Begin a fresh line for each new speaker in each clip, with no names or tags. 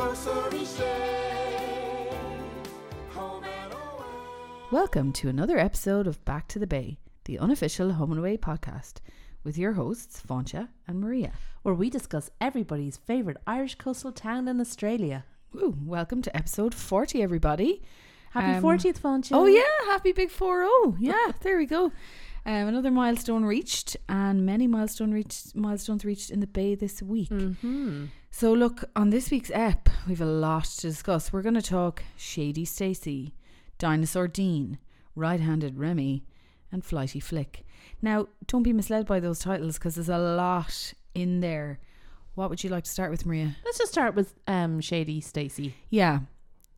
Nursery Shade. Home and away.
Welcome to another episode of Back to the Bay, the unofficial Home and Away podcast, with your hosts, Fauncha and Maria.
where we discuss everybody's favourite Irish coastal town in Australia.
Woo, welcome to episode 40, everybody.
Happy
Um,
40th, Foncha.
Oh, yeah, happy big 4 Yeah, there we go. Um, another milestone reached, and many milestone reached, milestones reached in the Bay this week.
Mm-hmm.
So, look, on this week's ep, we've a lot to discuss. We're going to talk Shady Stacy, Dinosaur Dean, Right Handed Remy, and Flighty Flick. Now, don't be misled by those titles because there's a lot in there. What would you like to start with, Maria?
Let's just start with um, Shady Stacy.
Yeah.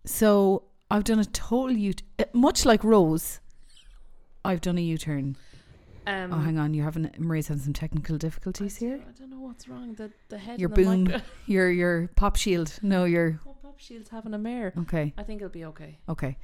So, I've done a total U eh, much like Rose, I've done a U turn.
Um,
oh, hang on. You're having, Maria's having some technical difficulties here.
I don't know what's wrong. The, the head
Your
and the
boom.
micro-
Your, your pop shield. No, your.
Oh, Pop Shield's having a mare.
Okay.
I think it'll be okay.
Okay.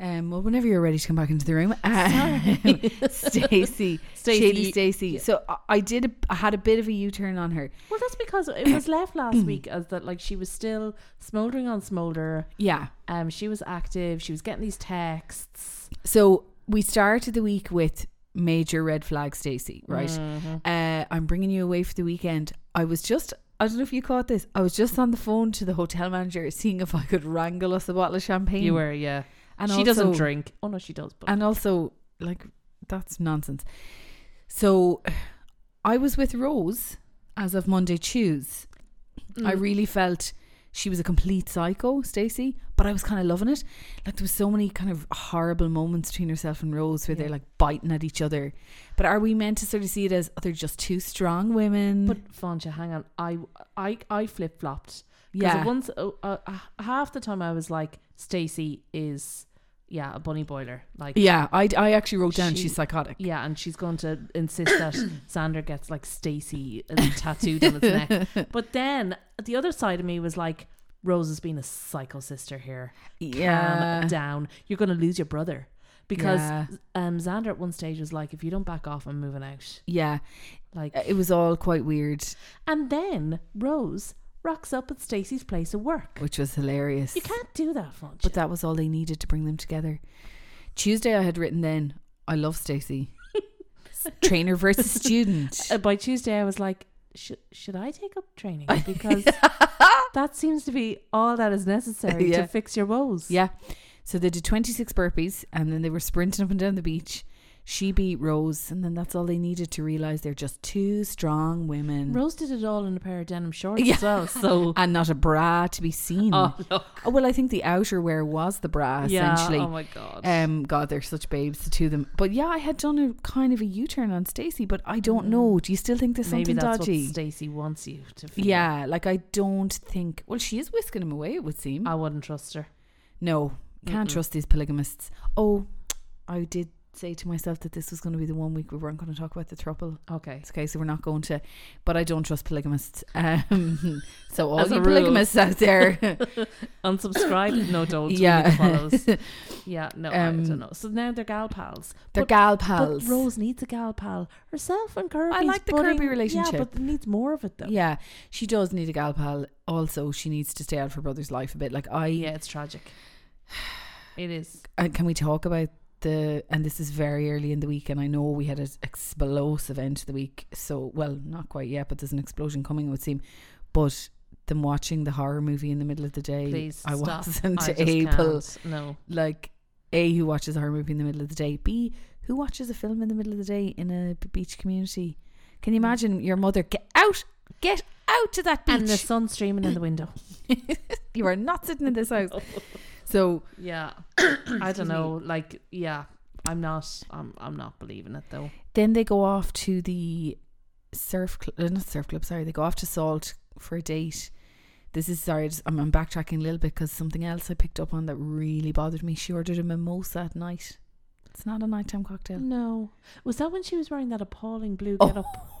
Um, well, whenever you're ready to come back into the room, um, Stacey,
Stacey.
Shady Stacey. So I, I did. A, I had a bit of a U-turn on her.
Well, that's because it was left last week as that like she was still smouldering on smoulder.
Yeah.
Um, she was active. She was getting these texts.
So we started the week with major red flag, Stacey. Right.
Mm-hmm.
Uh, I'm bringing you away for the weekend. I was just. I don't know if you caught this. I was just on the phone to the hotel manager, seeing if I could wrangle us a bottle of champagne.
You were, yeah.
and
she
also-
doesn't drink. Mm. Oh no, she does. But
and also like that's nonsense so i was with rose as of monday tues i
Mm.
really felt she was a complete psycho stacy but i was kind of loving it like there was so many kind of horrible moments between herself and rose where they're
Yeah.
like biting at each other but are we meant to sort of see it as oh, they're just two strong women
But Foncha, hang on. I I I flip flopped.
Yeah.
Once uh, uh, half the time I was like, Stacy is yeah a bunny boiler. Like yeah.
yeah i, I actually wrote down
She-
she's psychotic
and she's going to insist that Sander gets like Stacy tattooed on its neck. But then the other side of me was like, Rose has been a psycho sister here.
yeah
Calm down. You're going to lose your brother because
Yeah.
um Xander at one stage was like, if you don't back off, I'm moving out.
yeah
Like
it was all quite weird
And then Rose rocks up at Stacy's place of work.
which was hilarious
You can't do that, Funch.
But that was all they needed to bring them together. Tuesday, I had written then, I love Stacey. S- Trainer versus student.
Uh, by Tuesday, I was like, "Sh- should I take up training? Because that seems to be all that is necessary
Yeah.
to fix your woes.
yeah. So they did 26 burpees and then they were sprinting up and down the beach. She beat Rose, and then that's all they needed to realize they're just two strong women
Rose did it all in a pair of denim shorts
Yeah. Oh,
as well. So,
and not a bra to be seen.
oh, look.
Oh, well, I think the outerwear was the bra
Yeah.
essentially.
Oh, my God.
Um, God, they're such babes, the two of them. But yeah, I had done a kind of a U turn on Stacey, but I don't know. Do you still think there's
Mm. Maybe
something
that's
dodgy?
what Stacy wants you to feel.
Yeah, like I don't think. Well, she is whisking him away. It would seem.
I wouldn't trust her.
no, can't trust these polygamists. Oh, I did say to myself that this was going to be the one week we weren't going to talk about the throuple.
Okay.
It's okay, so we're not going to. But I don't trust polygamists. Um, so all
As a
you
rule.
polygamists out there,
Unsubscribe. No, don't.
Yeah.
Yeah. Follows. Yeah. No,
Um,
I don't know. So now they're gal pals.
they're
But
gal pals.
But Rose needs a gal pal herself and Kirby.
like the Kirby relationship.
Yeah, but it needs more of it though.
yeah, she does need a gal pal. Also, she needs to stay out of her brother's life a bit. Like I,
Yeah, it's tragic. It is.
uh, can we talk about the and this is very early in the week and I know we had an explosive end to the week so well not quite yet but there's an explosion coming it would seem but them watching the horror movie in the middle of the day
Please
I
stop.
wasn't
I just
able
can't. No.
like a who watches a horror movie in the middle of the day b who watches a film in the middle of the day in a b- beach community can
Mm.
you imagine your mother get out get out to that
And the
beach
sun streaming in the window.
you are not sitting in this house so
Yeah. I don't know. Like, yeah. I'm not. I'm. I'm not believing it though.
then they go off to the surf club not surf club sorry they go off to salt for a date this is sorry I just- I'm, I'm backtracking a little bit because something else i picked up on that really bothered me she ordered a mimosa at night it's not a nighttime cocktail
No. Was that when she was wearing that appalling blue
Oh.
get up?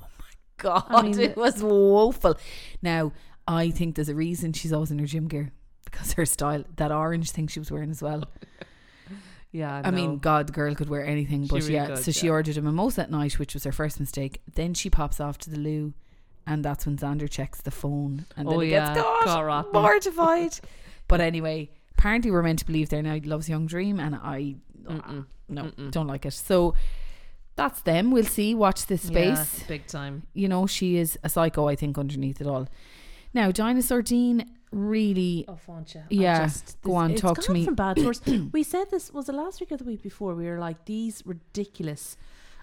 god
I mean-
it was woeful now i think there's a reason she's always in her gym gear because her style that orange thing she was wearing as well
Yeah.
I mean, God, the girl could wear anything, but
really
yeah.
could,
so she
yeah.
ordered a mimosa at night, which was her first mistake. Then she pops off to the loo And that's when Xander checks the phone and then
Oh,
he
yeah.
gets caught,
Caught rotten.
mortified. but anyway, apparently we're meant to believe there now he loves Young Dream, and I uh,
Mm-mm.
no
Mm-mm.
don't like it. So that's them. We'll see. Watch this space.
Yeah, big time.
You know she is a psycho. I think underneath it all. Now Dinosaur Dean really
Oh, Foncha.
Yeah, go on,
it's
talk to
gone
me.
From bad to worse. we said this was the last week or the week before. We were like these ridiculous.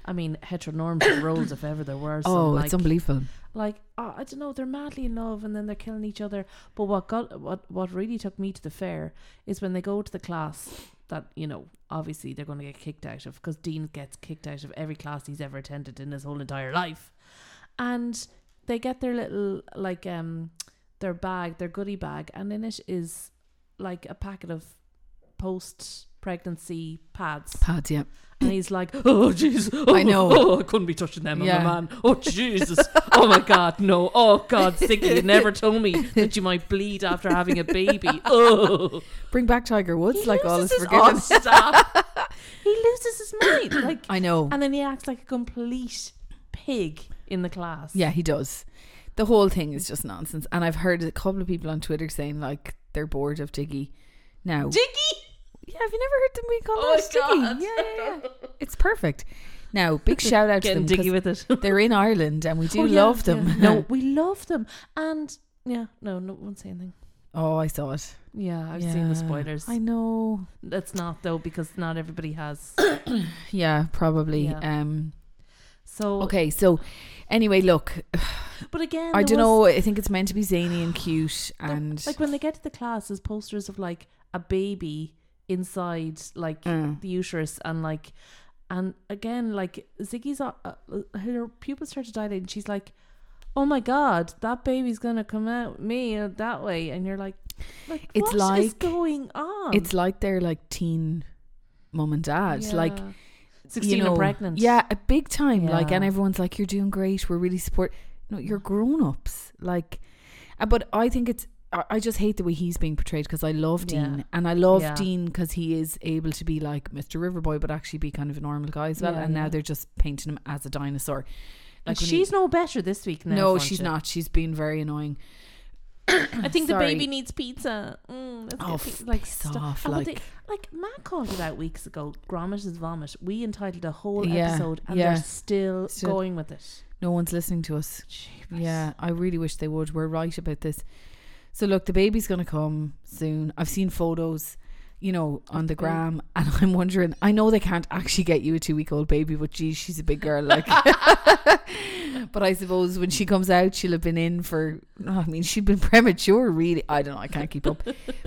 I mean, heteronormative roles, if ever there were. Some,
oh
like,
it's unbelievable.
like oh, I don't know, they're madly in love and then they're killing each other. But what got what what really took me to the fair is when they go to the class that you know obviously they're going to get kicked out of because Dean gets kicked out of every class he's ever attended in his whole entire life, and they get their little like um their bag their goodie bag and in it is like a packet of post pregnancy pads
Pads, yeah.
and he's like, "Oh jeez, oh,
I know.
oh, I couldn't be touching them,
Yeah.
I'm a man. Oh Jesus, oh my God, no, oh God, Siggy, you never told me that you might bleed after having a baby. Oh,
Bring back Tiger Woods,
He
like all is
loses his-
forgiven.
oh, stop. he loses his mind, like,
I know.
and then he acts like a complete pig in the class.
Yeah, he does. The whole thing is just nonsense. And I've heard a couple of people on Twitter saying like they're bored of Diggy now.
Diggy.
yeah, have you never heard them being called
Oh,
Diggy?
God.
Yeah, yeah, yeah. It's perfect. Now, big shout out to
Getting
them.
diggy
'cause
with it.
They're in Ireland and we do
Oh, yeah,
love them.
yeah. No, we love them, and yeah, no, no, won't say anything.
Oh, I saw it.
Yeah, I've seen
Yeah.
the spoilers.
I know.
That's not though because not everybody has.
Yeah, probably.
Yeah.
Um
So
okay, so anyway, look,
But again,
I
there
don't know.
was-
I think it's meant to be zany and cute
there-
and
like when they get to the class, there's posters of like a baby inside like
Mm.
the uterus and like, and again like Ziggy's uh, uh, her pupils start to dilate and she's like, oh my god, that baby's gonna come out me uh, that way, and you're like, like
It's
what is
like-
going on?
it's like they're like teen mum and dad. Like
Yeah. sixteen
you know,
and pregnant.
Yeah, a big time. Like, and
Yeah.
everyone's like, "You're doing great. We're really support." No, you're grown ups. Like, uh, but I think it's. I I just hate the way he's being portrayed because I love
Yeah.
Dean and I love
Yeah.
Dean because he is able to be like Mr. Riverboy, but actually be kind of a normal guy as well.
Yeah,
and now
yeah.
they're just painting him as a dinosaur.
Like
when he-
she's no better this week. Now,
no,
Foncha.
she's not. She's been very annoying.
I think
Sorry.
the baby needs pizza. Mm, let's
Oh,
get
f-
pizza. like
piss
stuff.
off,
Oh, but
like-
they, like Matt called it out weeks ago. Grommet is vomit. We entitled a whole
Yeah,
episode, and
yeah.
they're still,
Still-
going with it.
No one's listening to us. Yeah, I really wish they would. We're right about this. So look, the baby's gonna come soon. I've seen photos, you know, on the
the baby.
gram, and I'm wondering. I know they can't actually get you a two week old baby, but geez, she's a big girl. Like, but I suppose when she comes out, she'll have been in for. oh, I mean, she'd been premature. Really, I don't know. I can't keep up.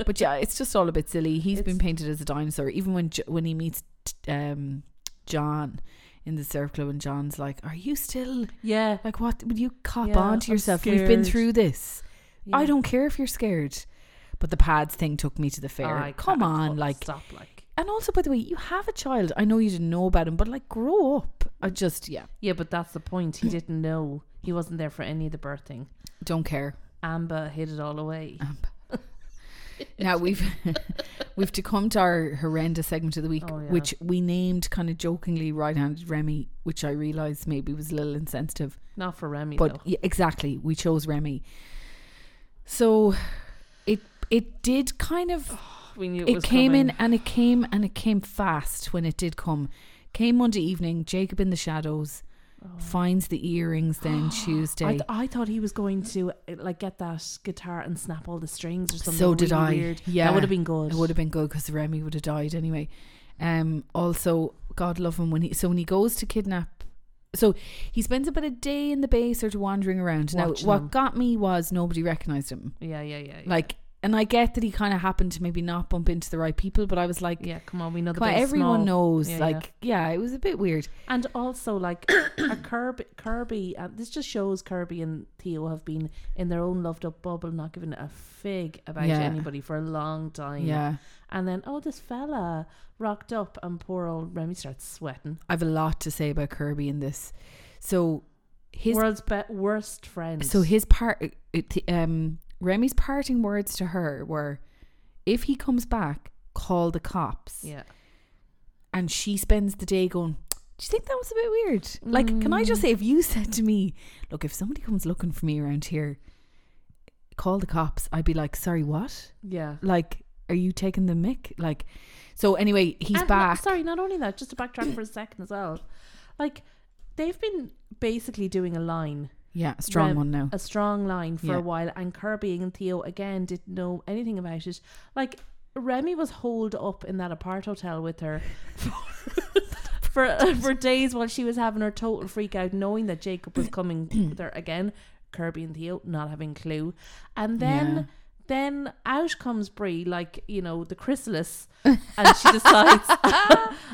but yeah, it's just all a bit silly. He's been
It's-
painted as a dinosaur, even when J- when he meets t- um, John in the surf club, and John's like, "Are you still?"
yeah.
Like, what would you cop
Yeah,
on to
I'm
yourself? We've been
scared.
through this.
yeah.
I don't care if you're scared. But the pads thing took me to the fair.
I
Come
can't-
on,
oh,
like,
stop, like.
and also by the way, you have a child. I know you didn't know about him, but like, grow up. I just, yeah,
Yeah, but that's the point. He didn't know. He wasn't there for any of the birthing.
don't care.
Amber hid it all away.
Um, Now we've we've to come to our horrendous segment of the week,
Oh, yeah.
which we named kind of jokingly right-handed Remy, which I realised maybe was a little insensitive,
Not for Remy
but
though.
yeah, exactly, we chose Remy. So it it did kind of
We knew it,
it
was
came in
coming.
and it came and it came fast when it did come. Came Monday evening. Jacob in the shadows
Oh.
finds the earrings. Then Tuesday.
I, th- I thought he was going to uh, like get that guitar and snap all the strings or something.
so did
really
I.
Weird.
Yeah,
that would have been good.
It would have been good because Remy would have died anyway. Um. Also, God love him when he. So when he goes to kidnap. So he spends about a day in the bay, sort of wandering around.
Watching
now, what
them.
got me was nobody recognized him.
Yeah, yeah, yeah. yeah.
Like, and I get that he kind of happened to maybe not bump into the right people, but I was like,
Yeah, come on, we know the
come on,
base
everyone
small.
knows.
Yeah, yeah.
like, yeah, it was a bit weird.
And also, like a Kirby, Kirby, and this just shows Kirby and Theo have been in their own loved up bubble, not giving a fig about
Yeah.
anybody for a long time.
Yeah.
And then, oh, this fella rocked up, and poor old Remy starts sweating.
I've a lot to say about Kirby in this. So his
World's be- worst friend.
so his part it- um Remy's parting words to her were if he comes back call the cops
yeah,
and she spends the day going Do you think that was a bit weird? Like, can I
Mm.
just say, if you said to me, look, if somebody comes looking for me around here, call the cops, I'd be like, sorry, what?
Yeah.
Like, are you taking the mick? Like, so anyway, he's
And no-
back.
sorry, not only that, just to backtrack for a second as well. Like they've been basically doing a line,
Yeah, a strong
Rem-
one now.
a strong line for
Yeah.
a while, and Kirby and Theo again didn't know anything about it. Like Remy was holed up in that apart hotel with her for for, for days while she was having her total freak out, knowing that Jacob was coming there again. Kirby and Theo not having a clue, and then.
Yeah.
Then out comes Brie, like you know the chrysalis, and she decides,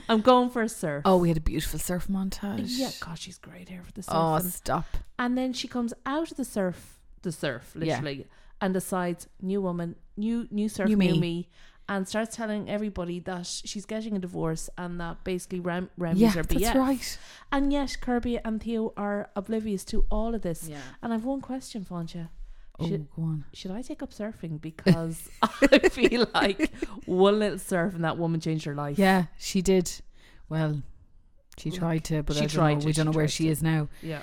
"I'm going for a surf."
Oh, we had a beautiful surf montage.
Yeah, God, she's great here for the surf.
Oh,
and,
stop.
and then she comes out of the surf, the surf,
Yeah.
literally, and decides, new woman, new new surf,
New
new,
me."
me. and starts telling everybody that she's getting a divorce and that basically Rem- Remy's
Yeah,
her
that's
BF.
right.
And yet Kirby and Theo are oblivious to all of this.
Yeah.
And I've one question, Foncha.
Oh,
Should,
go on.
should I take up surfing? Because I feel like one little surf and that woman changed her life.
Yeah, she did. Well, she tried to, but
she
I don't
tried
know.
to,
we don't
she
know where
tried
she
to.
is now.
Yeah.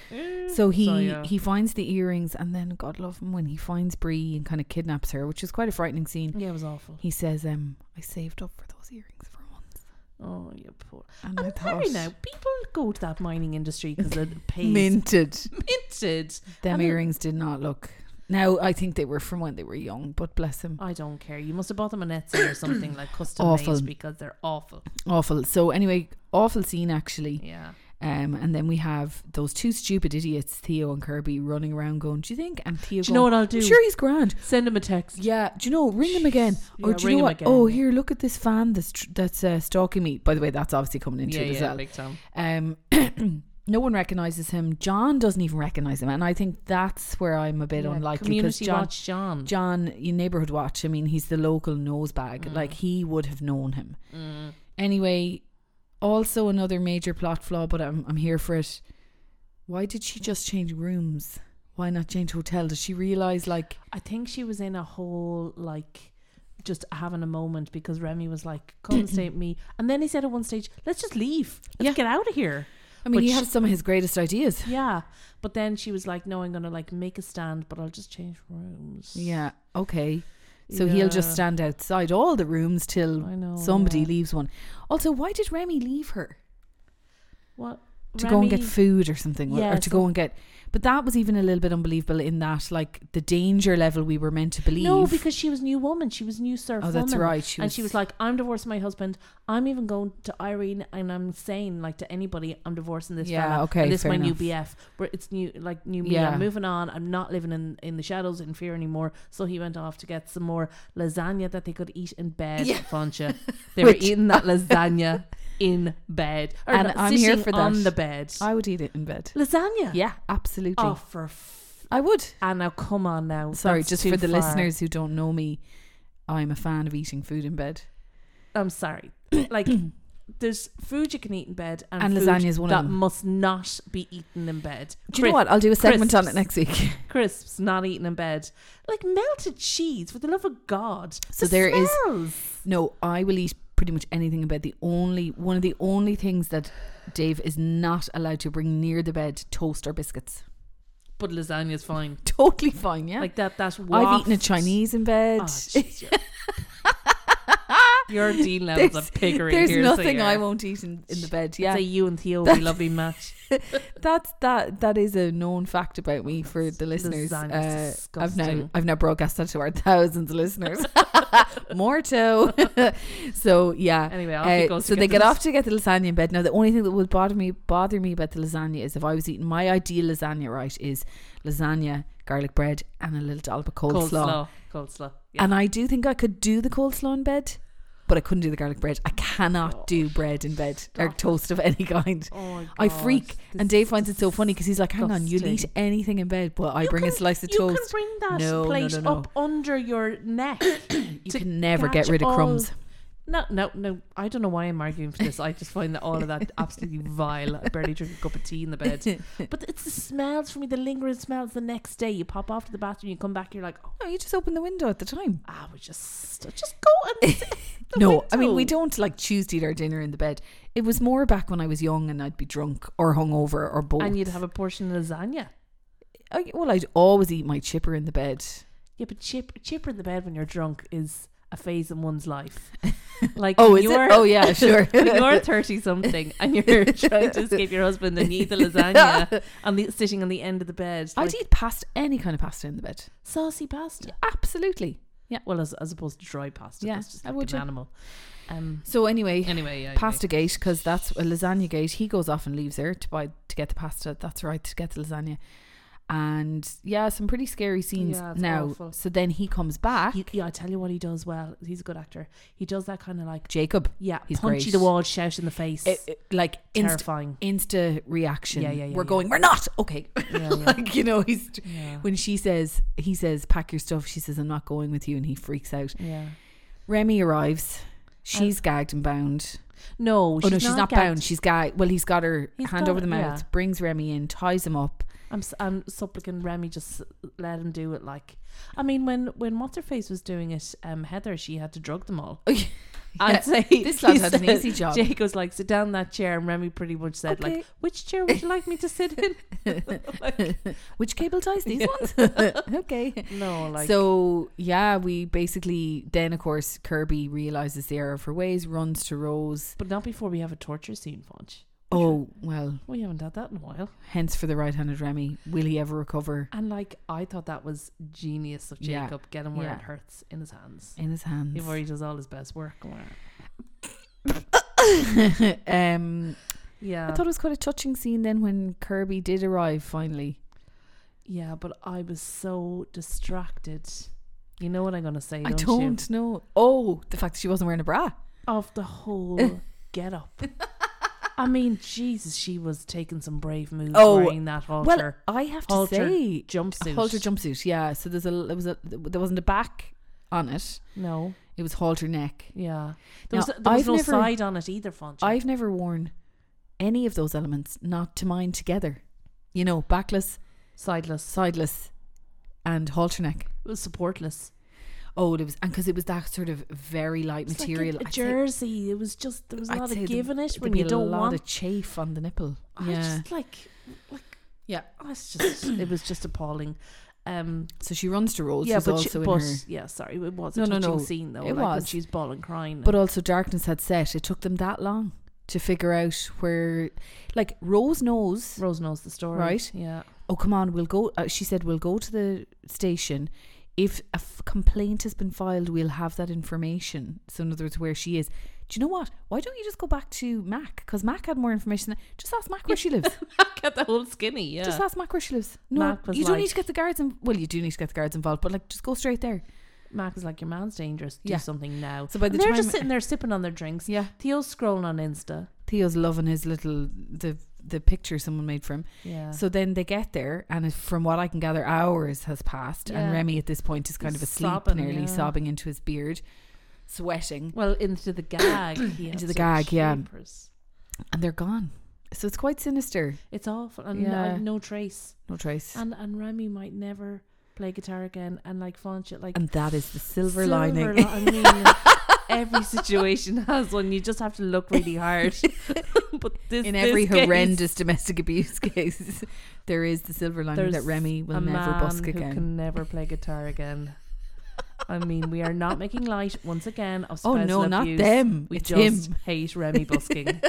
So he
yeah.
he finds the earrings, and then God love him when he finds Bree and kind of kidnaps her, which is quite a frightening scene.
Yeah, it was awful.
He says, "Um, I saved up for those earrings for months."
Oh, you poor.
And I
I'm
thought,
sorry now. People go to that mining industry because it pays
minted.
minted.
Them
And it-
earrings did not look. Now I think they were from when they were young, but bless him,
I don't care. You must have bought them on Etsy or something like custom
Awful.
made because they're awful.
awful. So anyway, awful scene actually.
Yeah.
Um, and then we have those two stupid idiots, Theo and Kirby, running around going, "Do you think?" And Theo,
Do
going,
you know what I'll
I'm
do?
sure he's grand.
Send him a text.
Yeah, do you know? Ring him again,
Jeez.
or
Yeah,
do you
ring
know
him
what?
again,
oh,
yeah.
here, look at this fan that's tr- that's uh, stalking me. By the way, that's obviously coming into
Yeah,
it as
yeah,
well.
big time.
Um, no one recognizes him. John doesn't even recognize him, and I think that's where I'm a bit
Yeah,
unlikely because
Community
John,
watch John.
John, your neighborhood watch. I mean, he's the local nosebag.
Mm.
Like he would have known him. Anyway, also another major plot flaw, but I'm I'm here for it. Why did she just change rooms? Why not change hotel? Does she realize like
I think she was in a whole like just having a moment because Remy was like, "Come stay with me," and then he said at one stage, "Let's just leave. Let's
Yeah.
get out of here."
I mean,
But
he
she-
had some of his greatest ideas.
Yeah, but then she was like, "No, I'm gonna like make a stand, but I'll just change rooms."
Yeah. Okay. So he'll just
Yeah.
stand outside all the rooms till
I know,
somebody
yeah.
leaves one. Also, why did Remy leave her
What
to go and get
Remy-
food or something,
Yeah,
or to
so-
go and get? But that was even a little bit unbelievable in that, like the danger level we were meant to believe.
No, because she was new woman. She was new surf.
Oh, that's
woman.
right, she
and
was-
she was like, "I'm divorcing my husband. I'm even going to Irene, and I'm saying like to anybody, I'm divorcing this
Yeah,
fella.
okay,
and this is
fair
my new
enough.
BF. Where it's new, like new me.
Yeah.
I'm moving on. I'm not living in in the shadows in fear anymore. So he went off to get some more lasagna that they could eat in bed.
Yeah.
Foncha, they were
Which-
eating that lasagna in bed, or
And
no,
I'm here
sitting
for that.
on the bed.
I would eat it in bed.
lasagna.
Yeah, absolutely.
Oh, for. F-
I would.
and now come on now.
Sorry,
That's
just
too
for the
far.
listeners who don't know me, I'm a fan of eating food in bed.
I'm sorry. Like there's food you can eat in bed and,
And
food
lasagna is one of
that
them.
must not be eaten in bed.
Do you know what? I'll do a segment on it
crisps.
next week.
Crisps not eaten in bed. Like melted cheese for the love of God.
So
the
there is-
smells.
No, I will eat pretty much anything in bed. The only one of the only things that Dave is not allowed to bring near the bed toast or biscuits.
but lasagna's fine.
Totally fine, yeah.
Like that that waft.
I've eaten a Chinese in
Oh,
bed.
jeez, you're- Your dean levels
there's
of piggery.
there's
here, so
nothing
yeah.
I won't eat in, in the bed.
Say
Yeah,
you and Theo will be lovely match.
that's that. That is a known fact about me for the listeners. Uh,
Lasagna's
I've now
disgusting.
I've now broadcast that to our thousands of listeners. More so. so yeah.
Anyway, off he
Uh,
goes
so
to
they
get
get
the-
off to get the lasagna in bed. Now, the only thing that would bother me bother me about the lasagna is if I was eating my ideal lasagna. Right, is lasagna, garlic bread, and a little dollop of coleslaw.
Coleslaw. Coleslaw. Yeah.
And I do think I could do the coleslaw in bed, but I couldn't do the garlic bread. I cannot do bread in bed or
Oh, stop it.
toast of any kind.
Oh my
I
God,
freak, and
this
Dave finds it so funny because he's like, "Hang on, you'll eat
disgusting.
anything in bed, but I
You
bring a
can-
slice of
you
toast."
can bring that
No, no,
plate
no, no.
up under your neck.
you
to
can never get
catch
rid of
all-
crumbs.
No, no, no. I don't know why I'm arguing for this. I just find that all of that absolutely vile. I barely drink a cup of tea in the bed. But it's the smells for me, the lingering smells the next day. You pop off to the bathroom, you come back, you're like, oh,
No, you just open the window at the time.
ah, we just, just go and sit at the
no, I mean,
window."
we don't like choose to eat our dinner in the bed. It was more back when I was young and I'd be drunk or hungover or both.
And you'd have a portion of lasagna.
I, well, I'd always eat my chipper in the bed.
Yeah, but chip, chipper in the bed when you're drunk is a phase in one's life. Like
Oh,
when
is it?
you're-
Oh, yeah, sure.
when you're thirty something and you're trying to escape your husband and you eat the lasagna and the, sitting on the end of the bed, like
I'd eat pasta, any kind of pasta in the bed.
saucy pasta.
Absolutely.
Well, as, as opposed to dry pasta,
Yeah,
that's just
I
like
would,
an
yeah.
animal. Um,
So anyway,
anyway, yeah,
pasta gate because that's a lasagna gate. He goes off and leaves her to buy to get the pasta. That's right to get the lasagna, and yeah, some pretty scary scenes
Yeah, it's
now.
awful.
So then he comes back,
Anyway. He- yeah, I tell you what, he does well. He's a good actor. He does that kind of like
Jacob,
yeah,
He's
punchy
great.
the wall, shout in the face,
it, it- like insta
terrifying.
insta reaction.
Yeah, yeah, yeah,
We're
yeah.
going. We're not okay.
yeah, yeah,
like you know, he's
yeah.
when she says he says pack your stuff. She says I'm not going with you, and he freaks out.
yeah.
Remy arrives. She's gagged and bound.
No,
oh
she's
no, she's not
gagged.
bound. She's gagged. Well, he's got her
He's
hand
got
over the
it,
mouth.
yeah.
Brings Remy in, ties him up.
I'm s- I'm supplicating Remy just let him do it. Like, I mean, when when what's her face was doing it, um, Heather, she had to drug them all. I'd say
This lad
he
had an
said-
easy job.
Jake was like, sit down in that chair, and Remy pretty much said,
Okay.
like, which chair would you like me to sit in?
Which cable ties these ones? okay.
No, like,
so yeah, we basically then of course Kirby realizes the error of her ways, runs to Rose.
but not before we have a torture scene, Funch.
Oh well,
We haven't had that in a while.
hence for the right-handed Remy, will he ever recover
And like, I thought that was genius of
Yeah.
Jacob. Get him where
Yeah.
it hurts in his hands.
in his hands?
Before he does all his best work.
um,
Yeah.
I thought it was quite a touching scene then when Kirby did arrive finally.
Yeah, but I was so distracted. You know what I'm gonna say?
I
don't you?
don't know. Oh, the fact that she wasn't wearing a bra.
Of the whole get up. I mean, Jesus, she was taking some brave moves
Oh,
wearing that
Well,
halter.
I have to
halter
say,
jumpsuit.
halter jumpsuit. Yeah. So there's a there was a there wasn't a back on it.
no,
It was halter neck.
yeah.
Now,
There was, there was
I've
no
never-
side on it either, Fonch.
I've never worn any of those elements not to mine together. You know, backless,
Sideless,
sideless, and halter neck.
it was supportless.
Oh, it was, and because it was that sort of very light
It's like a-
material.
a,
I'd say-
jersey. it was just there was a
I'd
lot
say
of giving it
there'd
when
be
you
a
don't
lot
want.
of chafe on the nipple.
I just like, like
yeah.
oh, it's just it was just appalling. Um,
So she runs to Rose,
yeah,
who's
but, she,
also in
but
her.
yeah, sorry, it was
No,
a
no,
touching
no,
scene though.
it
It like,
was.
was. She's bawling, crying.
But also, darkness had set. It took them that long to figure out where, like Rose knows.
Rose knows the story,
Right.
Yeah,
oh come on we'll go uh, she said we'll go to the station if a f- complaint has been filed we'll have that information so in other words where she is do you know what why don't you just go back to mac because mac had more information than- just ask mac where she lives
get the whole skinny. Yeah,
just ask mac where she lives no
Mac was
you don't need
like-
to get the guards in- well you do need to get the guards involved but like just go straight there
Mac was like, "Your man's dangerous. Do
Yeah.
something now."
So by the
And they're
time-
just sitting there sipping on their drinks.
yeah
Theo's scrolling on Insta.
theo's loving his little the the picture someone made for him
Yeah,
so then they get there and it- from what i can gather hours has passed and
Yeah.
remy at this point is kind
He's
of asleep
sobbing,
nearly
yeah.
sobbing into his beard sweating
well into the gag.
Into
he had
the
some
gag, yeah.
capers.
and they're gone. So it's quite sinister.
it's awful and
Yeah.
no, no trace.
No trace. And,
And and Remy might never play guitar again. And like Fonch, like
that is the silver, lining.
li- I mean, every situation has one. You just have to look really hard. but this,
In
this
every
case,
horrendous domestic abuse case, there is the silver lining that
There's
Remy will
a
never
man
busk again.
Who can never play guitar again. I mean, we are not making light once again of
Oh,
spousal
no, not
abuse.
them.
We
It's
just hate Remy busking.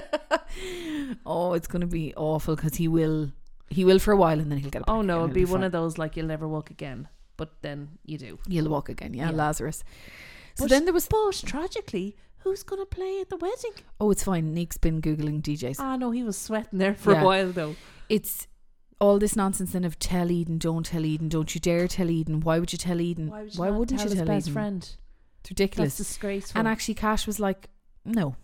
oh, it's going to be awful because he will, he will for a while, and then he'll get.
oh no, it'll be one of those like you'll never walk again, but then you do.
You'll walk again, yeah,
Yeah.
Lazarus. So
But-
then there was.
But tragically, who's gonna play at the wedding?
Oh, it's fine. Nick's been googling DJs.
Ah no, he was sweating there for
Yeah.
a while though.
It's all this nonsense then of tell Eden, don't tell Eden, don't you dare tell Eden. Why would you tell Eden?
Why, would you
Why
not
wouldn't
tell
you
his
tell
best
Eden?
friend?
It's ridiculous.
That's disgraceful.
And actually, Cash was like, "No,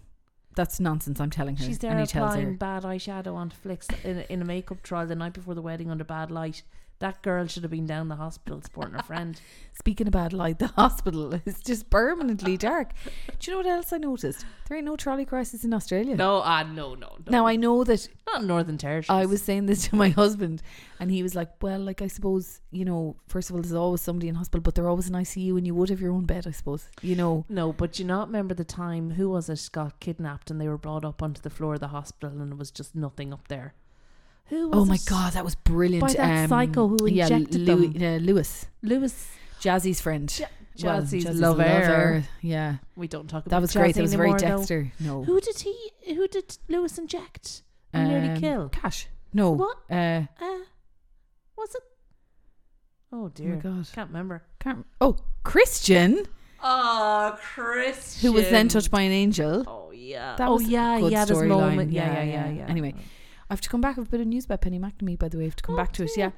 that's nonsense. I'm telling her."
She's there
and he tells
applying
her,
bad eyeshadow on flicks in, in a makeup trial the night before the wedding under bad light. That girl should have been down the hospital supporting her friend.
Speaking of bad light, the hospital is just permanently dark. Do you know what else I noticed? There ain't no trolley crisis in Australia.
No, ah, no, no, no.
Now I know that
not in Northern Territory.
I was saying this to my husband, and he was like, "Well, like I suppose you know, first of all, there's always somebody in hospital, but they're always in ICU, and you would have your own bed, I suppose. You know,
No, but do you not remember the time who was it got kidnapped and they were brought up onto the floor of the hospital and it was just nothing up there? Who was
oh my
it?
god, that was brilliant. um,
By that psycho who injected
yeah, Lou-
them.
yeah, Lewis,
Lewis
Jazzy's friend,
Ja-
Well,
Jazzy's
lover.
lover.
Yeah,
We don't talk about
that was great.
Jazzy
That was very
anymore, though.
Dexter. No,
Who did he? Who did Lewis inject? and
Um,
nearly kill.
Cash. No,
What?
Uh,
Uh, was it? Oh
oh my
dear,
god,
can't remember.
Can't, oh Christian,
Oh, Chris,
who was then touched by an angel.
Oh yeah.
That
oh
was a
yeah,
good
yeah. This
storyline.
moment. Yeah,
Yeah,
yeah, yeah,
yeah.
yeah.
Anyway, I have to come back with a bit of news about Penny McNamee, by the way. I have to come
Oh,
back to it.
dear.
Yeah.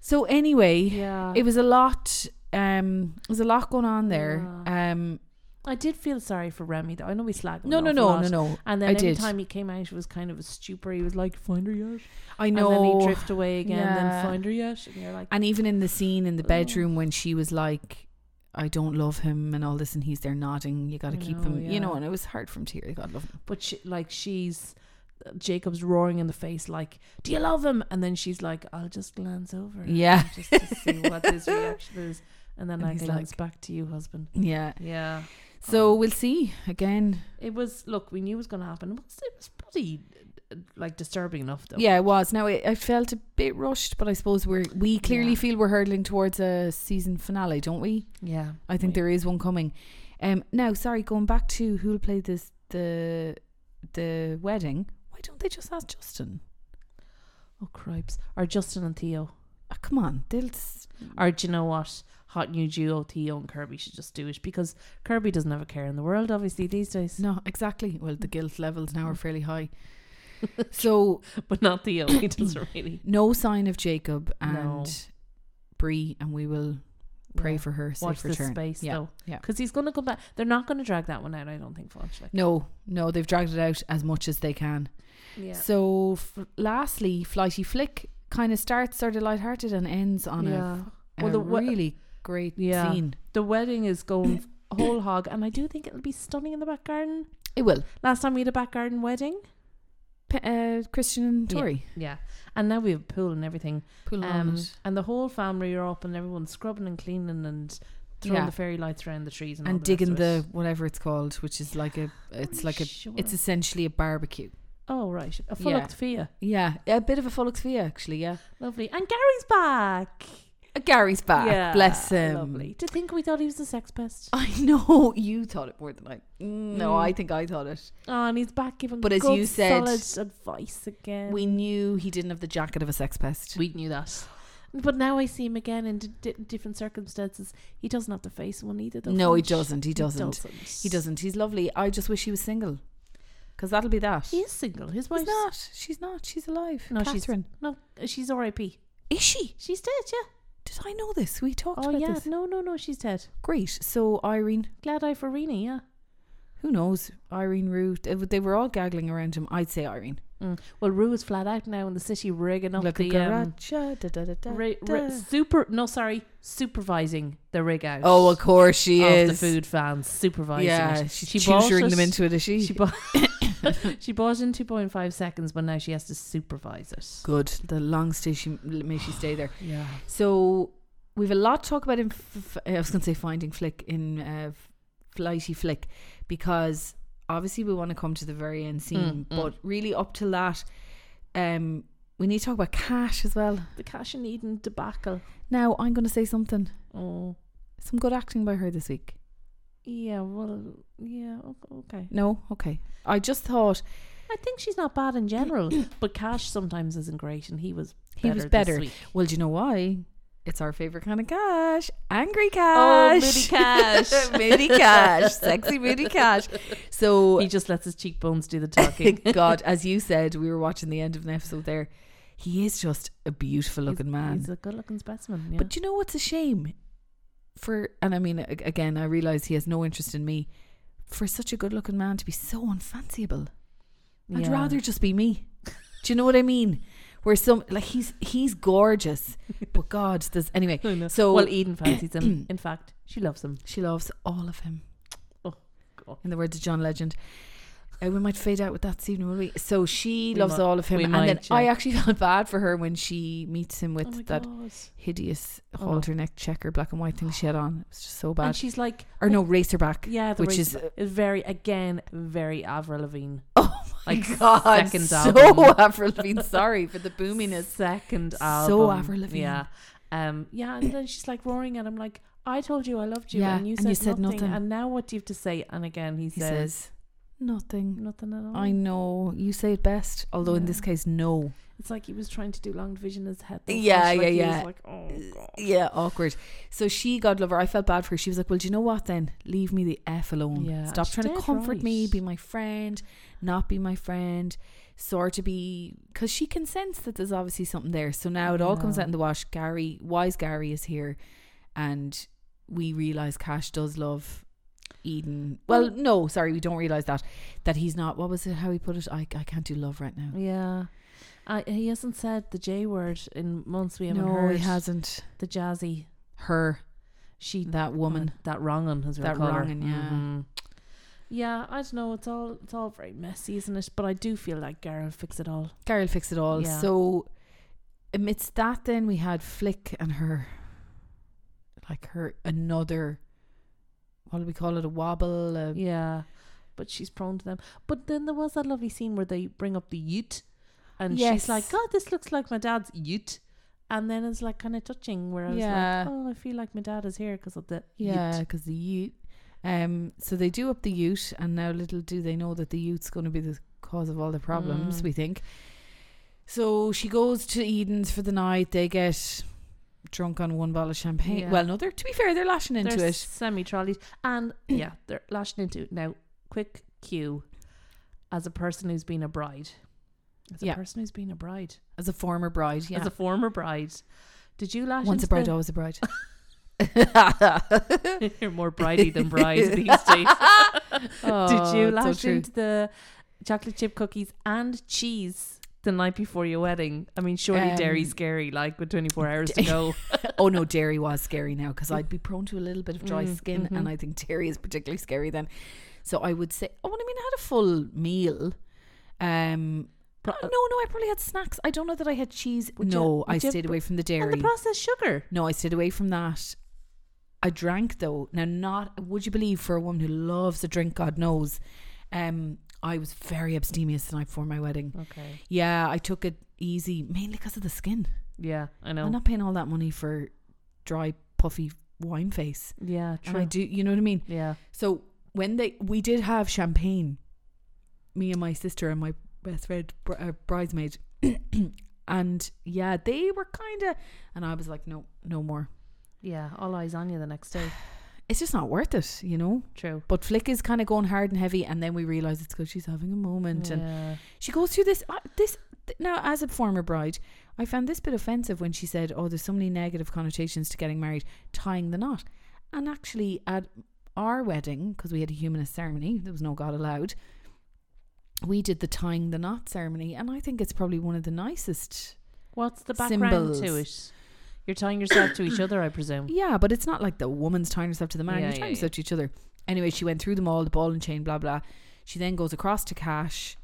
So anyway,
yeah.
it was a lot. Um, there was a lot going on there. Um,
I did feel sorry for Remy though. I know we slagged. him
no,
an
no, no,
awful lot.
no, no.
And
I
then every
did.
time he came out, it was kind of a stupor. He was like, "Find her, Yash,"
I
and then
know.
he
And,
drift away again.
Yeah.
Then find her, Yash, and you're like,
even in the scene in the bedroom
Mm.
when she was like, "I don't love him" and all this, and he's there nodding. You got to
I
keep
know,
him, you know.
yeah.
And it was hard for him to hear. You got to love him.
but she, like she's uh, Jacob's roaring in the face, like, "Do you love him?" And then she's like, "I'll just glance over, at him
Yeah.
just to see what his reaction is." And then
And
I
he's
glance
like-
back to you, husband.
Yeah.
Yeah, Oh.
So we'll see again.
it was. Look, we knew it was going to happen. It was, it was pretty uh, like disturbing enough, though.
Yeah, it was. Now it, I felt a bit rushed, but I suppose we're we clearly
Yeah.
feel we're hurtling towards a season finale, don't we?
yeah.
I think there is one coming. Um, now, sorry, going back to who'll play this the the wedding. Why don't they just ask Justin?
Oh, cripes! Are Justin and Theo?
Ah, come on, they'll. s-
Or do you know what? Hot new duo Theo and Kirby should just do it because Kirby doesn't have a care in the world, obviously, these days.
No, exactly. Well, the guilt levels now are
Mm.
fairly high. so
But not Theo. He doesn't really.
no sign of Jacob and
No.
Bree, and we will pray
Yeah.
for her safe
Watch this
return.
space,
yeah.
though.
yeah.
Because he's going to come back. They're not going to drag that one out, I don't think, Fudge. Like,
No, no, they've dragged it out as much as they can.
yeah.
So, f- lastly, Flighty Flick kind of starts sort of lighthearted and ends on
yeah.
a,
Well,
a
the we-
really great
Yeah.
scene.
The wedding is going whole hog, and I do think it'll be stunning in the back garden.
It will.
Last time we had a back garden wedding.
P- uh, Christian and
Yeah.
Tori.
Yeah. And now we have a pool and everything.
Pull on
Um,
it.
and the whole family are up, and everyone's scrubbing and cleaning and throwing
Yeah.
the fairy lights around the trees and, all
And
the rest
digging
of it.
the whatever it's called, which is like a, it's like a,
Sure.
it's essentially a barbecue.
Oh right, a full
Yeah.
Octavia.
Yeah, a bit of a full exfia actually. Yeah,
Lovely. And Gary's back.
Uh, Gary's back. Bless him.
Lovely. To think we thought he was the sex pest.
I know you thought it more than I. No,
Mm.
I think I thought it.
Oh, and he's back giving
But as
good,
you said,
solid advice again.
We knew he didn't have the jacket of a sex pest.
we knew that. But now I see him again in d- di different circumstances. He doesn't have to face one either. Though,
no, he
Fudge.
doesn't. He doesn't. He doesn't. He's lovely. I just wish he was single, because that'll be that.
He is single. His
He's
wife's
not. She's not. She's alive.
No, she's-
Catherine.
no. uh, She's R.I.P.
Is she?
She's dead. Yeah.
Did I know this? We talked
oh
about
yeah.
this.
No, no, no. She's dead.
Great. So Irene,
Glad eye for Rena. Yeah.
who knows? Irene Rue. They, w- they were all gaggling around him. I'd say Irene.
Mm. Well, Rue is flat out now in the city rigging up
Like a
the um,
garacha, da, da, da, da,
Ri- ri-
da.
super no sorry supervising the rig out
Oh, of course she
of
is.
the food vans supervising
Yeah,
it.
she's
bought
tutoring
it.
them into it, is she?
she bought she bought in 2.5 seconds but now she has to supervise it
Good. The long stay. She may she stay there.
yeah
So we've a lot to talk about in. F- I was going to say finding flick in uh, flighty flick because obviously we want to come to the very end scene,
Mm, mm.
but really up till that, um, we need to talk about cash as well.
the cash and Eden debacle
Now I'm going to say something.
oh
Some good acting by her this week.
yeah well yeah o- okay
No, okay. I just thought
I think she's not bad in general but cash sometimes isn't great and he was
he was
this
better.
week.
Well, do you know why? It's our favorite kind of cash, angry
oh
cash,
moody cash
moody cash, sexy moody cash. So
he just lets his cheekbones do the talking
God, as you said, we were watching the end of an episode there. He is just a beautiful looking man.
he's a good looking specimen yeah.
But do you know what's a shame? For and I mean, a- again, I realize he has no interest in me. For such a good looking man to be so unfanciable, I'd
Yeah.
rather just be me. Do you know what I mean? Where some like he's he's gorgeous, but God does anyway.
I know.
So
well, Eden fancies him. In fact, she loves him.
she loves all of him.
God.
In the words of John Legend. Uh, we might fade out with that soon, will we? So she
We
loves
mu-
all of him,
we
and then
might,
I
yeah.
actually felt bad for her when she meets him with
Oh my
that
God.
hideous
Oh.
halter neck checker black and white thing she had on. It was just so bad.
And she's like,
or no, racer back.
yeah, the
which
which
is- uh,
is very again very Avril Lavigne.
Oh my
Like,
god!
second
so
album.
Avril Lavigne. Sorry for the boominess.
second
So
album.
Avril Lavigne.
Yeah. Um, yeah, and then she's like roaring at him like, I told you I loved you
Yeah,
and you
and
said,
you said
nothing,
nothing.
And now what do you have to say? And again he,
He
says,
says nothing.
nothing at all.
I know you say it best, although in
Yeah.
this case, no.
It's like he was trying to do long division in his head. though,
Yeah,
first, like,
yeah,
he was
yeah.
like, oh god.
Yeah, awkward. So she, God love her, I felt bad for her. She was like, "Well, do you know what? Then leave me the f alone.
Yeah,
Stop
she's
trying to
dead
comfort me.
right.
Be my friend, not be my friend." Sort of be because she can sense that there's obviously something there. So now it all comes
Yeah.
out in the wash. Gary, wise Gary is here, and we realize Cash does love Eden. Well,
Well-
no, sorry, we don't realize that that he's not. What was it? How he put it? I I can't do love right now.
Yeah. Uh, he hasn't said the J word in months we haven't
no,
heard.
he hasn't.
The jazzy.
Her,
She
that woman.
that wrong on has
That wrong'un, yeah.
Mm-hmm. Yeah, I don't know. It's all it's all very messy, isn't it? But I do feel like Gary will fix it all.
Gary will fix it all.
Yeah.
So, amidst that, then we had Flick and her, like her another, what do we call it? A wobble. A,
Yeah, but she's prone to them. But then there was that lovely scene where they bring up the ute, and
Yes.
she's like, "God, this looks like my dad's ute," and then it's like kind of touching. Where I was
Yeah.
like, "Oh, I feel like my dad is here because of the
yeah,
ute."
because the Ute. Um, so they do up the Ute, and now little do they know that the Ute's going to be the cause of all the problems.
Mm.
We think. So she goes to Eden's for the night. They get drunk on one bottle of champagne.
Yeah.
Well, no, they're to be fair, they're lashing into
they're
it.
semi trolleys, and yeah, they're lashing into it now. Quick cue, as a person who's been a bride, as a
Yeah.
person who's been a bride,
As a former bride, yeah.
as a former bride, did you lash
Once a
into
bride,
the-
always a bride.
You're more bridey than bride these days.
Oh,
Did you lash into the chocolate chip cookies and cheese the night before your wedding? I mean, surely
Um,
dairy's scary, like with 24 hours to go.
oh no, dairy was scary now because I'd be prone to a little bit of dry
Mm,
skin, and
mhm.
I think dairy is particularly scary then. So I would say, oh, well, I mean, I had a full meal. Um,
Pro-
oh, no, no, I probably had snacks. I don't know that I had cheese.
Would you-
no,
would
I
you have
stayed
br-
away from the
and the
dairy.
processed sugar.
no, I stayed away from that. I drank though. Now, not would you believe for a woman who loves a drink, God knows. Um, I was very abstemious the night before my wedding.
Okay.
Yeah, I took it easy mainly because of the skin.
Yeah, I
I'm
know.
not paying all that money for dry, puffy wine face.
Yeah,
And I
true.
do, you know what I mean?
Yeah.
So when they, we did have champagne, me and my sister and my best friend, br- uh, bridesmaid. and yeah, they were kind of, and I was like, no, no more.
Yeah, all eyes on you the next day.
It's just not worth it, you know?
True.
But Flick is kind of going hard and heavy. And then we realize it's because she's having a moment. And uh,
Yeah.
She goes through this. Uh, this th- now, as a former bride, I found this bit offensive when she said, "Oh, there's so many negative connotations to getting married, tying the knot." And actually, at our wedding, because we had a humanist ceremony, there was no God allowed. We did the tying the knot ceremony, and I think it's probably one of the nicest.
What's the background to it? You're tying yourself to each other, I presume.
Yeah, but it's not like the woman's tying herself to the man;
Yeah,
you're
yeah,
tying yourself to each other. Anyway, she went through them all, the ball and chain, blah blah. She then goes across to Cash,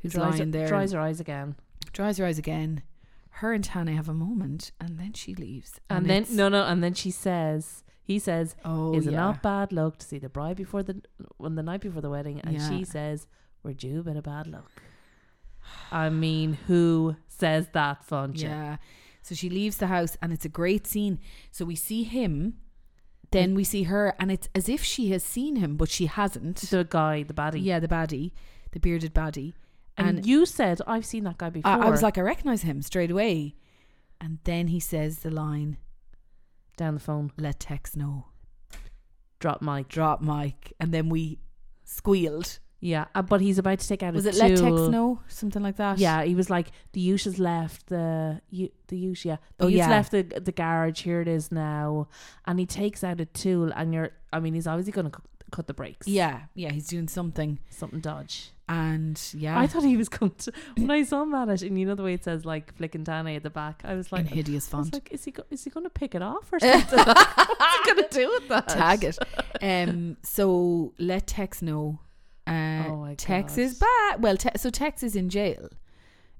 who's
Dries,
lying there,
dries her eyes again.
dries her eyes again. Her and Tanya have a moment, and then she leaves.
And then
it's-
no, no, and then she says, he says,
oh,
"Is it
yeah.
not bad luck to see the bride before the when the night before the wedding?" And
Yeah.
she says, "We're due a bit of bad luck." I mean, who says that, Funcha?
Yeah. So she leaves the house, and it's a great scene. So we see him, then we see her, and it's as if she has seen him, but she hasn't.
The guy, the baddie.
yeah, the baddie, the bearded baddie,
And,
and,
you said I've seen that guy before.
I, I was like, I recognize him straight away. And then he says the line,
down the phone,
"Let Tex know,
drop mic.
drop mic," and then we squealed.
Yeah, uh, but he's about to take out.
Was it
his
"Let Tex
tool.
know" something like that?
Yeah, he was like the ute has left the u- the ute. Yeah, the
Oh,
ute's
yeah.
left the the garage. Here it is now, and he takes out a tool, and you're. I mean, he's obviously going to cut the brakes.
Yeah, yeah, he's doing something.
Something dodge.
And yeah,
I thought he was going to. When I saw him at it, and you know the way it says like flicking Danny at the back, I was
in
like,
hideous
I was
font.
like is he go- is he going to pick it off or something? What's he going to do with that?
Tag it. Um, so let Tex know. Uh,
Oh my
Tex
God.
is back. Well, te- so Tex is in jail,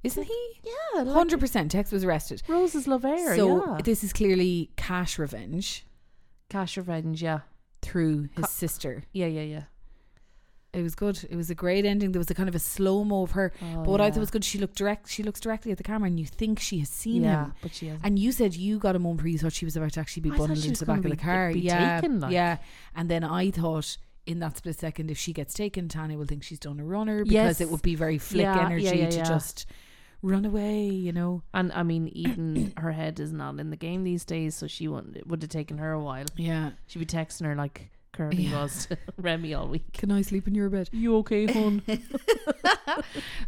isn't he?
Yeah, like
Hundred percent. Tex was arrested.
Rose's love heir.
so
yeah.
this is clearly cash revenge
cash revenge. Yeah,
through his
Ca-
sister.
yeah, yeah, yeah.
It was good. It was a great ending. There was a kind of a slow mo of her.
Oh,
but what I
yeah.
thought was good, she looked direct. She looks directly at the camera, and you think she has seen
yeah,
him.
but she hasn't.
And you said you got a moment where you thought she was about to actually be
I thought
bundled
she
into
was
the back of
gonna
the
be-
car.
be
yeah,
taken, like.
yeah. And then I thought in that split second, if she gets taken, Tanya will think she's done a runner because it
Yes.
would be very flick
Yeah, yeah,
energy
yeah,
to
yeah.
just run away. You know.
And I mean, Eden, her head is not in the game these days, so she wouldn't. It would have taken her a while.
Yeah.
She'd be texting her like Kirby
Yeah.
was to Remy all week.
Can I sleep in your bed?
You okay, hon?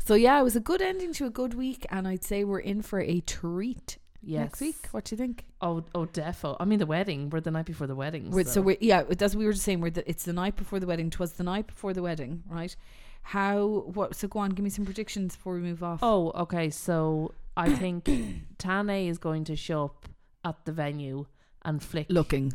So yeah, it was a good ending to a good week, and I'd say we're in for a treat
yes.
next week. What do you think?
Oh, oh, defo. I mean, the wedding. We're the night before the wedding.
We're, so. we're yeah, that's what we were just saying. We're the, it's the night before the wedding. Twas the night before the wedding, right? How? What? So go on, give me some predictions before we move off.
Oh, okay. So I think Tane is going to show up at the venue and flick.
looking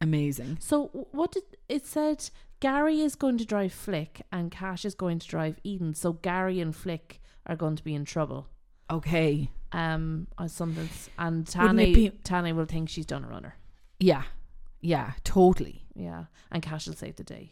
amazing.
So w- what did it said? Gary is going to drive Flick and Cash is going to drive Eden. So Gary and Flick are going to be in trouble.
Okay.
Um, on something. And
Wouldn't it
Tane,
be-
Tane will think she's done a runner.
Yeah. Yeah. Totally.
Yeah, and Cash will save the day.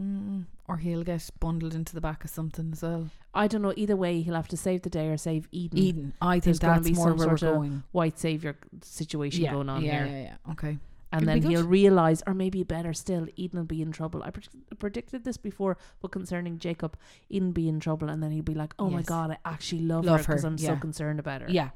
Mm, or he'll get bundled into the back of something as well.
I don't know. Either way, he'll have to save the day or save Eden.
Mm. Eden, I think
There's gonna
that's
be
more
some
where we're
sort of
going.
White savior situation
yeah.
going on
yeah,
here.
Yeah. Yeah. Okay. It'll
and
be
then
good.
he'll realize, or maybe better still, Eden will be in trouble. I predict- predicted this before, but concerning Jacob, Eden be in trouble, and then he'll be like, "Oh my
Yes.
god, I actually love,
Love
her because
her,
I'm so
yeah.
concerned about her."
Yeah.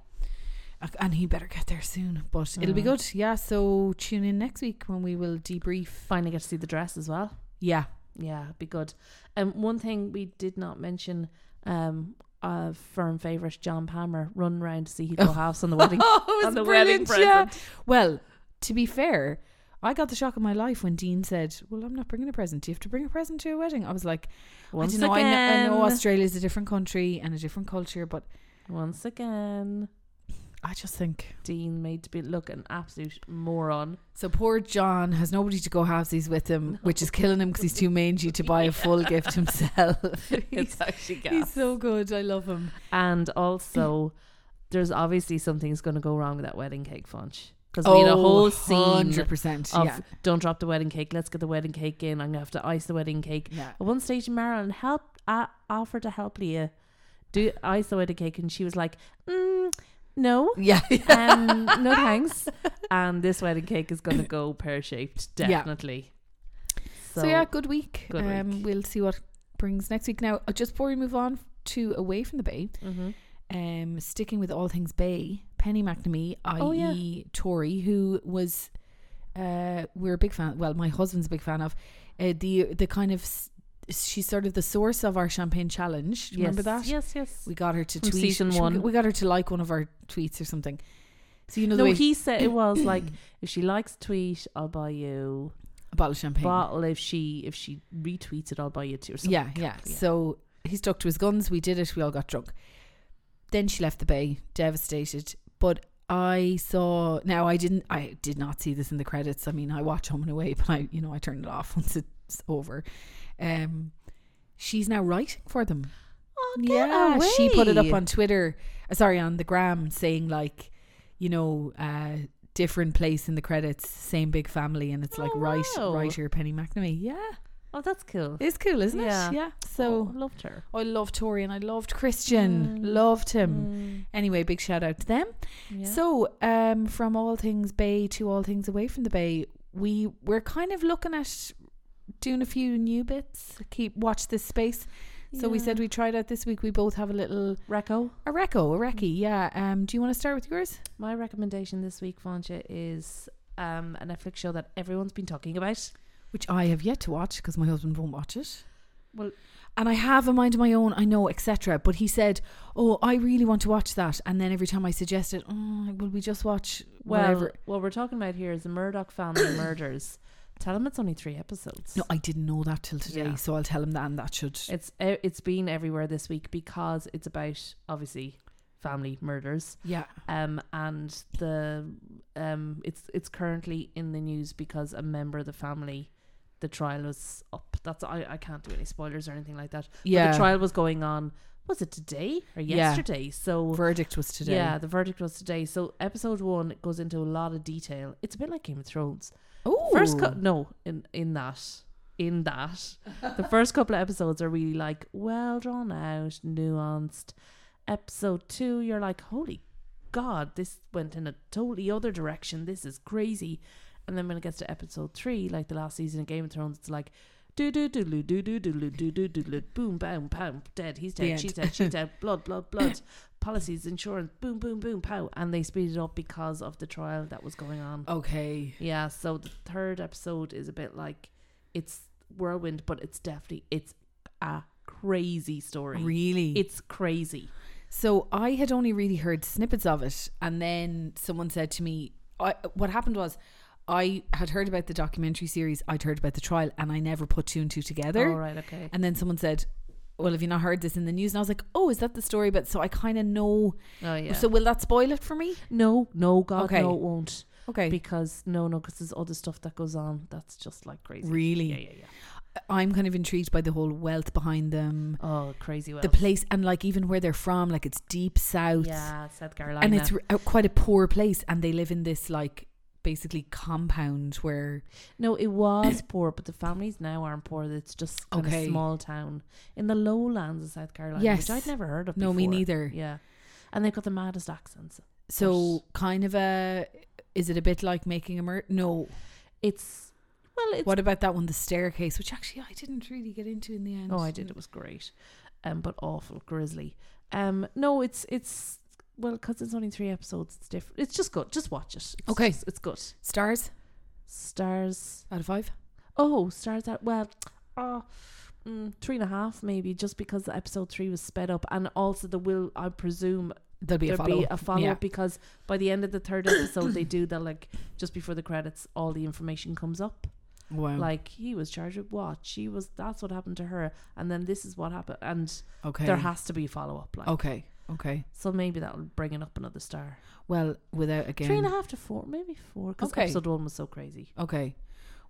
Ac- And he better get there soon, but it'll be
Mm.
good. Yeah. So tune in next week when we will debrief.
finally get to see the dress as well.
Yeah.
Yeah, be good. Um, one thing we did not mention, um, a firm favorite John Palmer run round to see who go halves on the wedding.
Oh,
on the
yeah.
wedding present.
Well, to be fair, I got the shock of my life when Dean said, "Well, I'm not bringing a present. Do you have to bring a present to a wedding?" I was like,
Once
I don't know. I know, I
again,
know Australia is a different country and a different culture, but
once again,
I just think
Dean made to be look an absolute moron.
so. Poor John has nobody to go halvesies with him, which is killing him because he's too mangy to buy a full gift himself. he's,
It's actually gas.
he's so good. I love him.
And also, there's obviously something's going to go wrong with that wedding cake funch. Because we had a whole scene
Oh, hundred percent.
of
Yeah.
don't drop the wedding cake, let's get the wedding cake in. I'm going to have to ice the wedding cake.
Yeah.
At one stage, Marilyn helped, uh, offered to help Leah do ice the wedding cake, and she was like, mm, no.
Yeah.
Um, no thanks. And this wedding cake is going to go pear shaped,
Yeah.
definitely.
So, yeah, good week.
Good
um,
week.
We'll see what brings next week. Now, uh, just before we move on to away from the bay,
mhm.
um, sticking with all things bay, Penny McNamee, i.e.
Oh, yeah.
Tory, who was uh, we're a big fan. Well, my husband's a big fan of uh, the the kind of s- she's sort of the source of our champagne challenge. Do you Remember
Yes,
that?
Yes, yes.
We got her to
From
tweet
season
she-
one.
We got her to like one of our tweets or something. So you know the
no,
way
he said it was like if she likes a tweet, I'll buy you
a bottle of champagne.
bottle if she if she retweets it, I'll buy you two or something.
yeah, yeah,
yeah.
So he stuck to his guns. We did it. We all got drunk. Then she left the bay, devastated. But I saw now. I didn't. I did not see this in the credits. I mean, I watch Home and Away, but I, you know, I turned it off once it's over. Um, she's now writing for them.
Oh, get
Yeah, she put it up
away.
on Twitter. uh, sorry, on the gram, saying like, you know, uh, different place in the credits, same big family, and it's like
Oh,
right,
wow.
writer Penny McNamee. Yeah,
Oh, that's cool.
it's cool, isn't
Yeah. Oh,
it? Yeah. So
So loved her.
I loved Tori and I loved Christian.
Mm.
Loved him. Anyway, big shout out to them.
Yeah.
um, So, um, from all things Bay to all things away from the Bay, we we're kind of looking at doing a few new bits. Keep watch this space. So we
Yeah.
said we tried out this week. We both have a little
Reco.
a reco, a
Mm.
recce. Yeah. Um. Do you want to start with yours?
My recommendation this week, Voncha, is um a Netflix show that everyone's been talking about.
Which I have yet to watch because my husband won't watch it.
Well-
and I have a mind of my own. I know, etc. But he said, "Oh, I really want to watch that." And then every time I suggested, "Oh, will we just watch
Well,
whatever?"
what we're talking about here is the Murdoch family murders. Tell him it's only three episodes.
No, I didn't know that till today,
Yeah.
so I'll tell him that, and that should.
it's e- it's been everywhere this week because it's about obviously family murders.
yeah,
Um, and the um, it's it's currently in the news because a member of the family, the trial was up. That's I I can't do any spoilers or anything like that. But
Yeah.
the trial was going on. Was it today or
Yeah.
yesterday? So
verdict was today.
yeah, the verdict was today. So episode one goes into a lot of detail. It's a bit like Game of Thrones.
Oh,
First, cou- no, in in that, in that, the first couple of episodes are really like well drawn out, nuanced. Episode two, you're like, holy god, this went in a totally other direction. This is crazy. And then when it gets to episode three, like the last season of Game of Thrones, it's like. Do do do do do do do do do do do boom boom pow dead he's
The
dead
end.
she's dead she's dead blood blood blood policies insurance boom boom boom pow and they speeded up because of the trial that was going on
okay.
yeah, so the third episode is a bit like it's whirlwind, but it's definitely it's a crazy story.
Really?
It's crazy.
So I had only really heard snippets of it, and then someone said to me, I, "What happened was, I had heard about the documentary series, I'd heard about the trial, and I never put two and two together."
All right, okay.
And then someone said, "Well, have you not heard this in the news?" And I was like, "Oh, is that the story?" But so I kind of know.
Oh yeah.
So will that spoil it for me?
no, no, God,
Okay.
no, it won't
Okay.
because no, no, because there's other stuff that goes on that's just like crazy.
really,
Yeah, yeah, yeah.
I'm kind of intrigued by the whole wealth behind them,
Oh, crazy. Well,
the place, and like even where they're from, like it's deep south.
yeah, South Carolina,
And it's re- uh, quite a poor place, and they live in this like basically compound where
No, it was poor, but the families now aren't poor. It's just kind
Okay.
of small town in the lowlands of South Carolina,
Yes.
which I'd never heard of.
No, me
before.
neither.
Yeah, and they've got the maddest accents.
So kind of a is it a bit like making a murder? No.
It's well, it's
what about that one, the staircase, which actually I didn't really get into in the end.
oh, I did. It was great, um, but awful, grisly. Um, no, it's it's well, because it's only three episodes. It's different. It's just good. Just watch it. It's
Okay.
just- it's good.
Stars
Stars.
out of five.
Oh, stars out. Well, oh, mm, three and a half maybe, just because the episode three was sped up, and also the will I presume
There'll be a
there'll
follow.
be a follow
Yeah.
up because by the end of the third episode they do that like just before the credits all the information comes up.
Wow.
like he was charged with what she was that's what happened to her and then this is what happened and
okay.
there has to be a follow-up like
okay. Okay.
so maybe that'll bring it up another star
Well, without again.
three and a half to four maybe four because
Okay.
episode one was so crazy
Okay.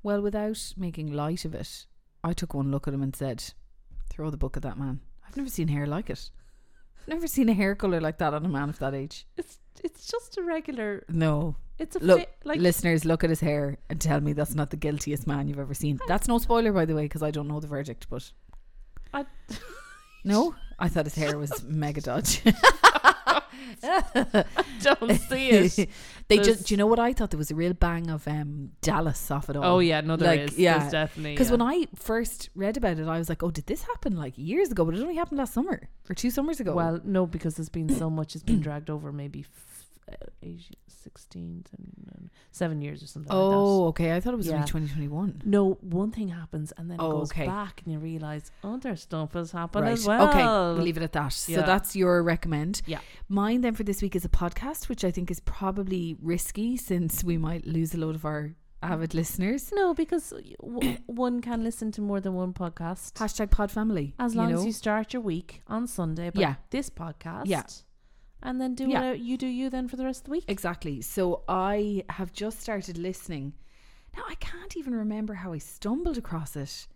Well, without making light of it, I took one look at him and said, "Throw the book at that man." I've never seen hair like it. I've never seen a hair color like that on a man of that age.
it's it's just a regular
No.
it's a
Look,
fi- like
listeners, look at his hair and tell me that's not the guiltiest man you've ever seen. That's no spoiler, by the way, because I don't know the verdict. But
I,
no, I thought his hair was mega dodge.
I don't see it
they
There's-
just, do you know what I thought? There was a real bang of um, Dallas off it all.
oh yeah no there is.
Like, yeah.
There's definitely
Because
yeah.
when I first read about it, I was like, "Oh, did this happen like years ago?" But it only happened last summer or two summers ago.
well no because there's been so much it's been dragged over maybe f- uh, eight- 16 seven, seven years or something like that.
oh, okay. I thought it was
Yeah.
only twenty twenty one.
No, one thing happens and then
Oh,
it goes
okay.
back and you realise other stuff has happened
Right.
as well.
Okay, we'll leave it at that. So
Yeah.
that's your recommend.
Yeah.
Mine then for this week is a podcast, which I think is probably risky since we might lose a load of our avid listeners.
no, because w- one can listen to more than one podcast.
Hashtag pod family.
as long
you know?
as you start your week on Sunday by
Yeah.
this podcast.
Yeah.
And then do
Yeah.
whatever you do you then for the rest of the week.
Exactly. So I have just started listening. Now I can't even remember how I stumbled across it,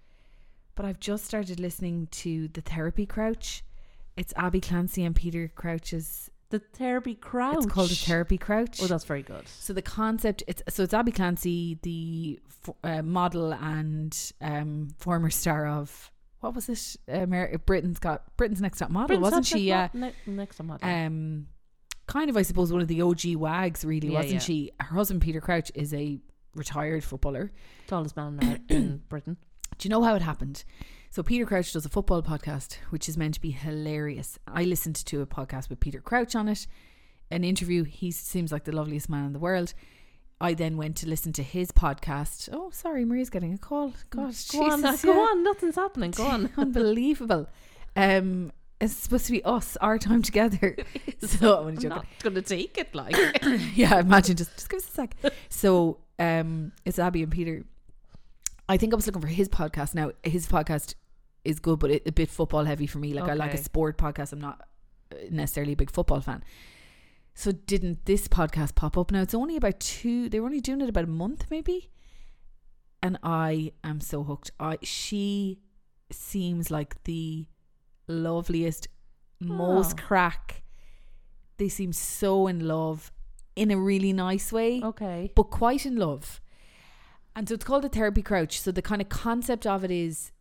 but I've just started listening to the Therapy Crouch. It's Abby Clancy and Peter Crouch's.
The therapy crouch.
It's called the Therapy Crouch.
Oh, that's very good.
So the concept, it's so it's Abby Clancy, the f- uh, model and um, former star of what was it? Amer- Britain's got Britain's Next Top Model,
Britain's
wasn't
Next
she? uh, Yeah.
Top Mo- Ne- next time. I'll-
Um, kind of, I suppose, one of the OG wags, really,
Yeah,
wasn't
yeah.
she? Her husband Peter Crouch is a retired footballer.
Tallest man now in Britain.
Do you know how it happened? So Peter Crouch does a football podcast, which is meant to be hilarious. I listened to a podcast with Peter Crouch on it, an interview. He seems like the loveliest man in the world. I then went to listen to his podcast. Oh, sorry, Maria's getting a call. God,
go on,
Jesus,
go
yeah.
on, nothing's happening. Go on.
unbelievable. Um, it's supposed to be us, our time together. so I'm only
I'm
joking.
not going to take it like.
yeah, imagine just just give us a sec. So um, it's Abby and Peter, I think I was looking for his podcast. Now his podcast is good, but it, a bit football heavy for me. Like I like a
Okay.
sport podcast. I'm not uh, necessarily a big football fan. So didn't this podcast pop up? Now it's only about two. They were only doing it about a month, maybe. And I am so hooked. I she seems like the loveliest, most
Oh.
crack. They seem so in love in a really nice way
Okay.
but quite in love. And so it's called the therapy crouch. So the kind of concept of it is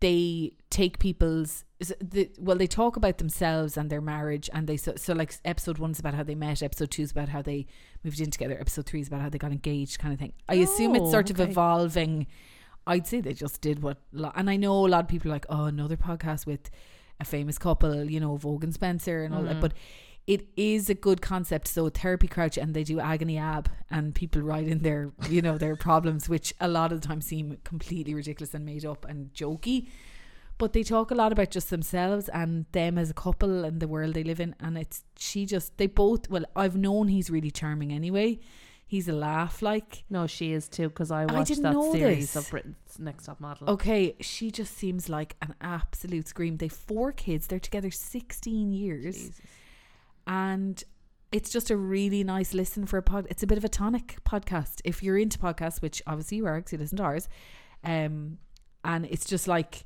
they take people's s- the, well they talk about themselves and their marriage and they so, so like episode one's about how they met episode two's about how they moved in together episode three is about how they got engaged kind of thing i assume it's
Oh,
sort of
okay.
evolving i'd say they just did what lo- and i know a lot of people are like oh another podcast with a famous couple you know vogue and spencer and all that
Mm.
but it is a good concept. So therapy crouch and they do agony ab and people write in their you know their problems, which a lot of the time seem completely ridiculous and made up and jokey. But they talk a lot about just themselves and them as a couple and the world they live in. And it's she just they both well, I've known he's really charming anyway. He's a laugh like.
No, she is too because I
I
watched
didn't
that
know
series
this.
of Britain's Next Top Model.
Okay, she just seems like an absolute scream. They four kids, they're together sixteen years.
Jesus.
and it's just a really nice listen for a pod. It's a bit of a tonic podcast if you're into podcasts, which obviously you are because you listen to ours. Um, and it's just like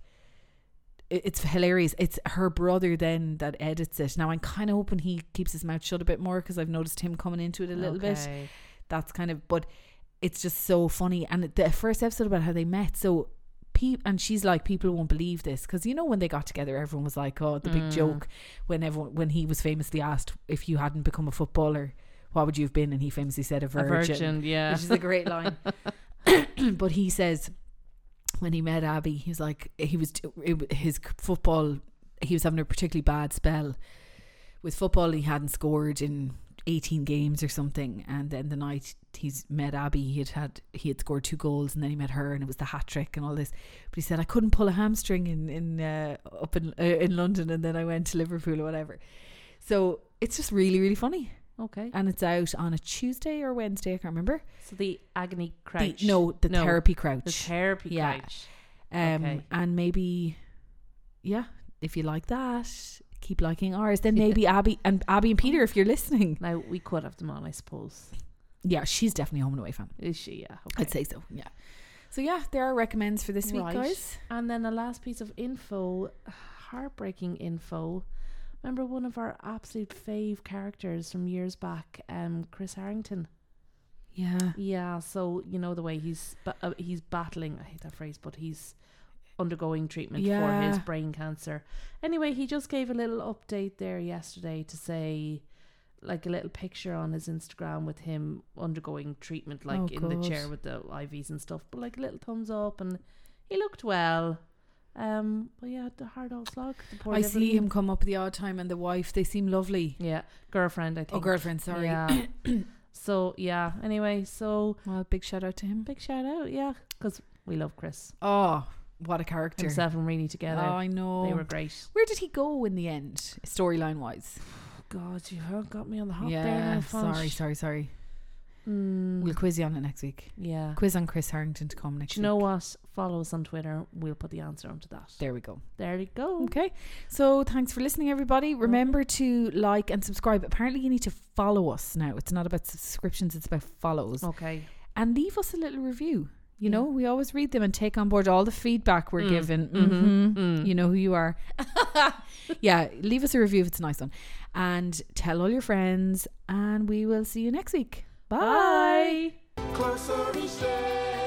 it- it's hilarious. It's her brother then that edits it. Now I'm kind of hoping he keeps his mouth shut a bit more because I've noticed him coming into it a little bit.
Okay.
That's kind of, but it's just so funny. And the first episode about how they met, so. Pe- and she's like, people won't believe this because you know when they got together, everyone was like, "Oh, the big
Mm.
joke." when everyone when he was famously asked if you hadn't become a footballer, what would you have been? And he famously said a virgin,
A virgin, yeah.
which is a great line. but he says when he met Abby, he was like he was it, his football. He was having a particularly bad spell with football. He hadn't scored in. 18 games or something and then the night he's met Abby he had had he had scored two goals and then he met her and it was the hat trick and all this but he said I couldn't pull a hamstring in in uh, up in uh, in London and then I went to Liverpool or whatever so it's just really really funny
Okay.
and it's out on a Tuesday or Wednesday I can't remember
So the agony
the-
crouch.
no, the
No,
therapy crouch.
The therapy
Yeah.
crouch.
um,
okay.
and maybe, yeah, if you like that, keep liking ours. Then maybe Abby and Abby and Peter, if you're listening,
Now we could have them on, I suppose.
yeah, she's definitely a home and away fan.
Is she? Yeah. Okay.
I'd say so. Yeah. So yeah, there are recommends for this
Right.
week, guys.
And then a last piece of info, heartbreaking info. Remember one of our absolute fave characters from years back, um, Chris Harrington.
Yeah.
Yeah, so you know the way he's ba- uh, he's battling. I hate that phrase, but he's undergoing treatment for his
Yeah.
brain cancer. Anyway, he just gave a little update there yesterday to say, like a little picture on his Instagram with him undergoing treatment, like
Oh,
in the chair
God.
with the IVs and stuff. But like a little thumbs up, and he looked well. Um, but yeah, the hard old slog. The poor
I
devil.
see him come up at the odd time, and the wife. They seem lovely.
Yeah, girlfriend. I think.
Oh, girlfriend. Sorry.
Yeah. so yeah. Anyway, so
Well, big shout out to him.
big shout out. Yeah, because we love Chris.
Oh, what a character!
himself and Rini
oh,
together.
I know.
They were great.
Where did he go in the end, storyline wise?
Oh, God, you have got me on the hop there.
Yeah,
now,
sorry,
Fonch.
sorry, sorry.
Mm,
We'll quiz you on it next week. Uh,
yeah.
Quiz on Chris Harrington to come next
Do you know
week.
what? Follow us on Twitter. We'll put the answer onto that.
There we go.
There you go.
Okay. So thanks for listening, everybody. Remember to like and subscribe. Apparently, you need to follow us now. It's not about subscriptions, it's about follows.
Okay.
And leave us a little review. You
Oh. Yeah.
know, we always read them and take on board all the feedback we're
Mm,
given.
mhm,
Mhm.
mm.
You know who you are. yeah, leave us a review if it's a nice one. And tell all your friends, and we will see you next week. Bye.
Bye.
Closer each day.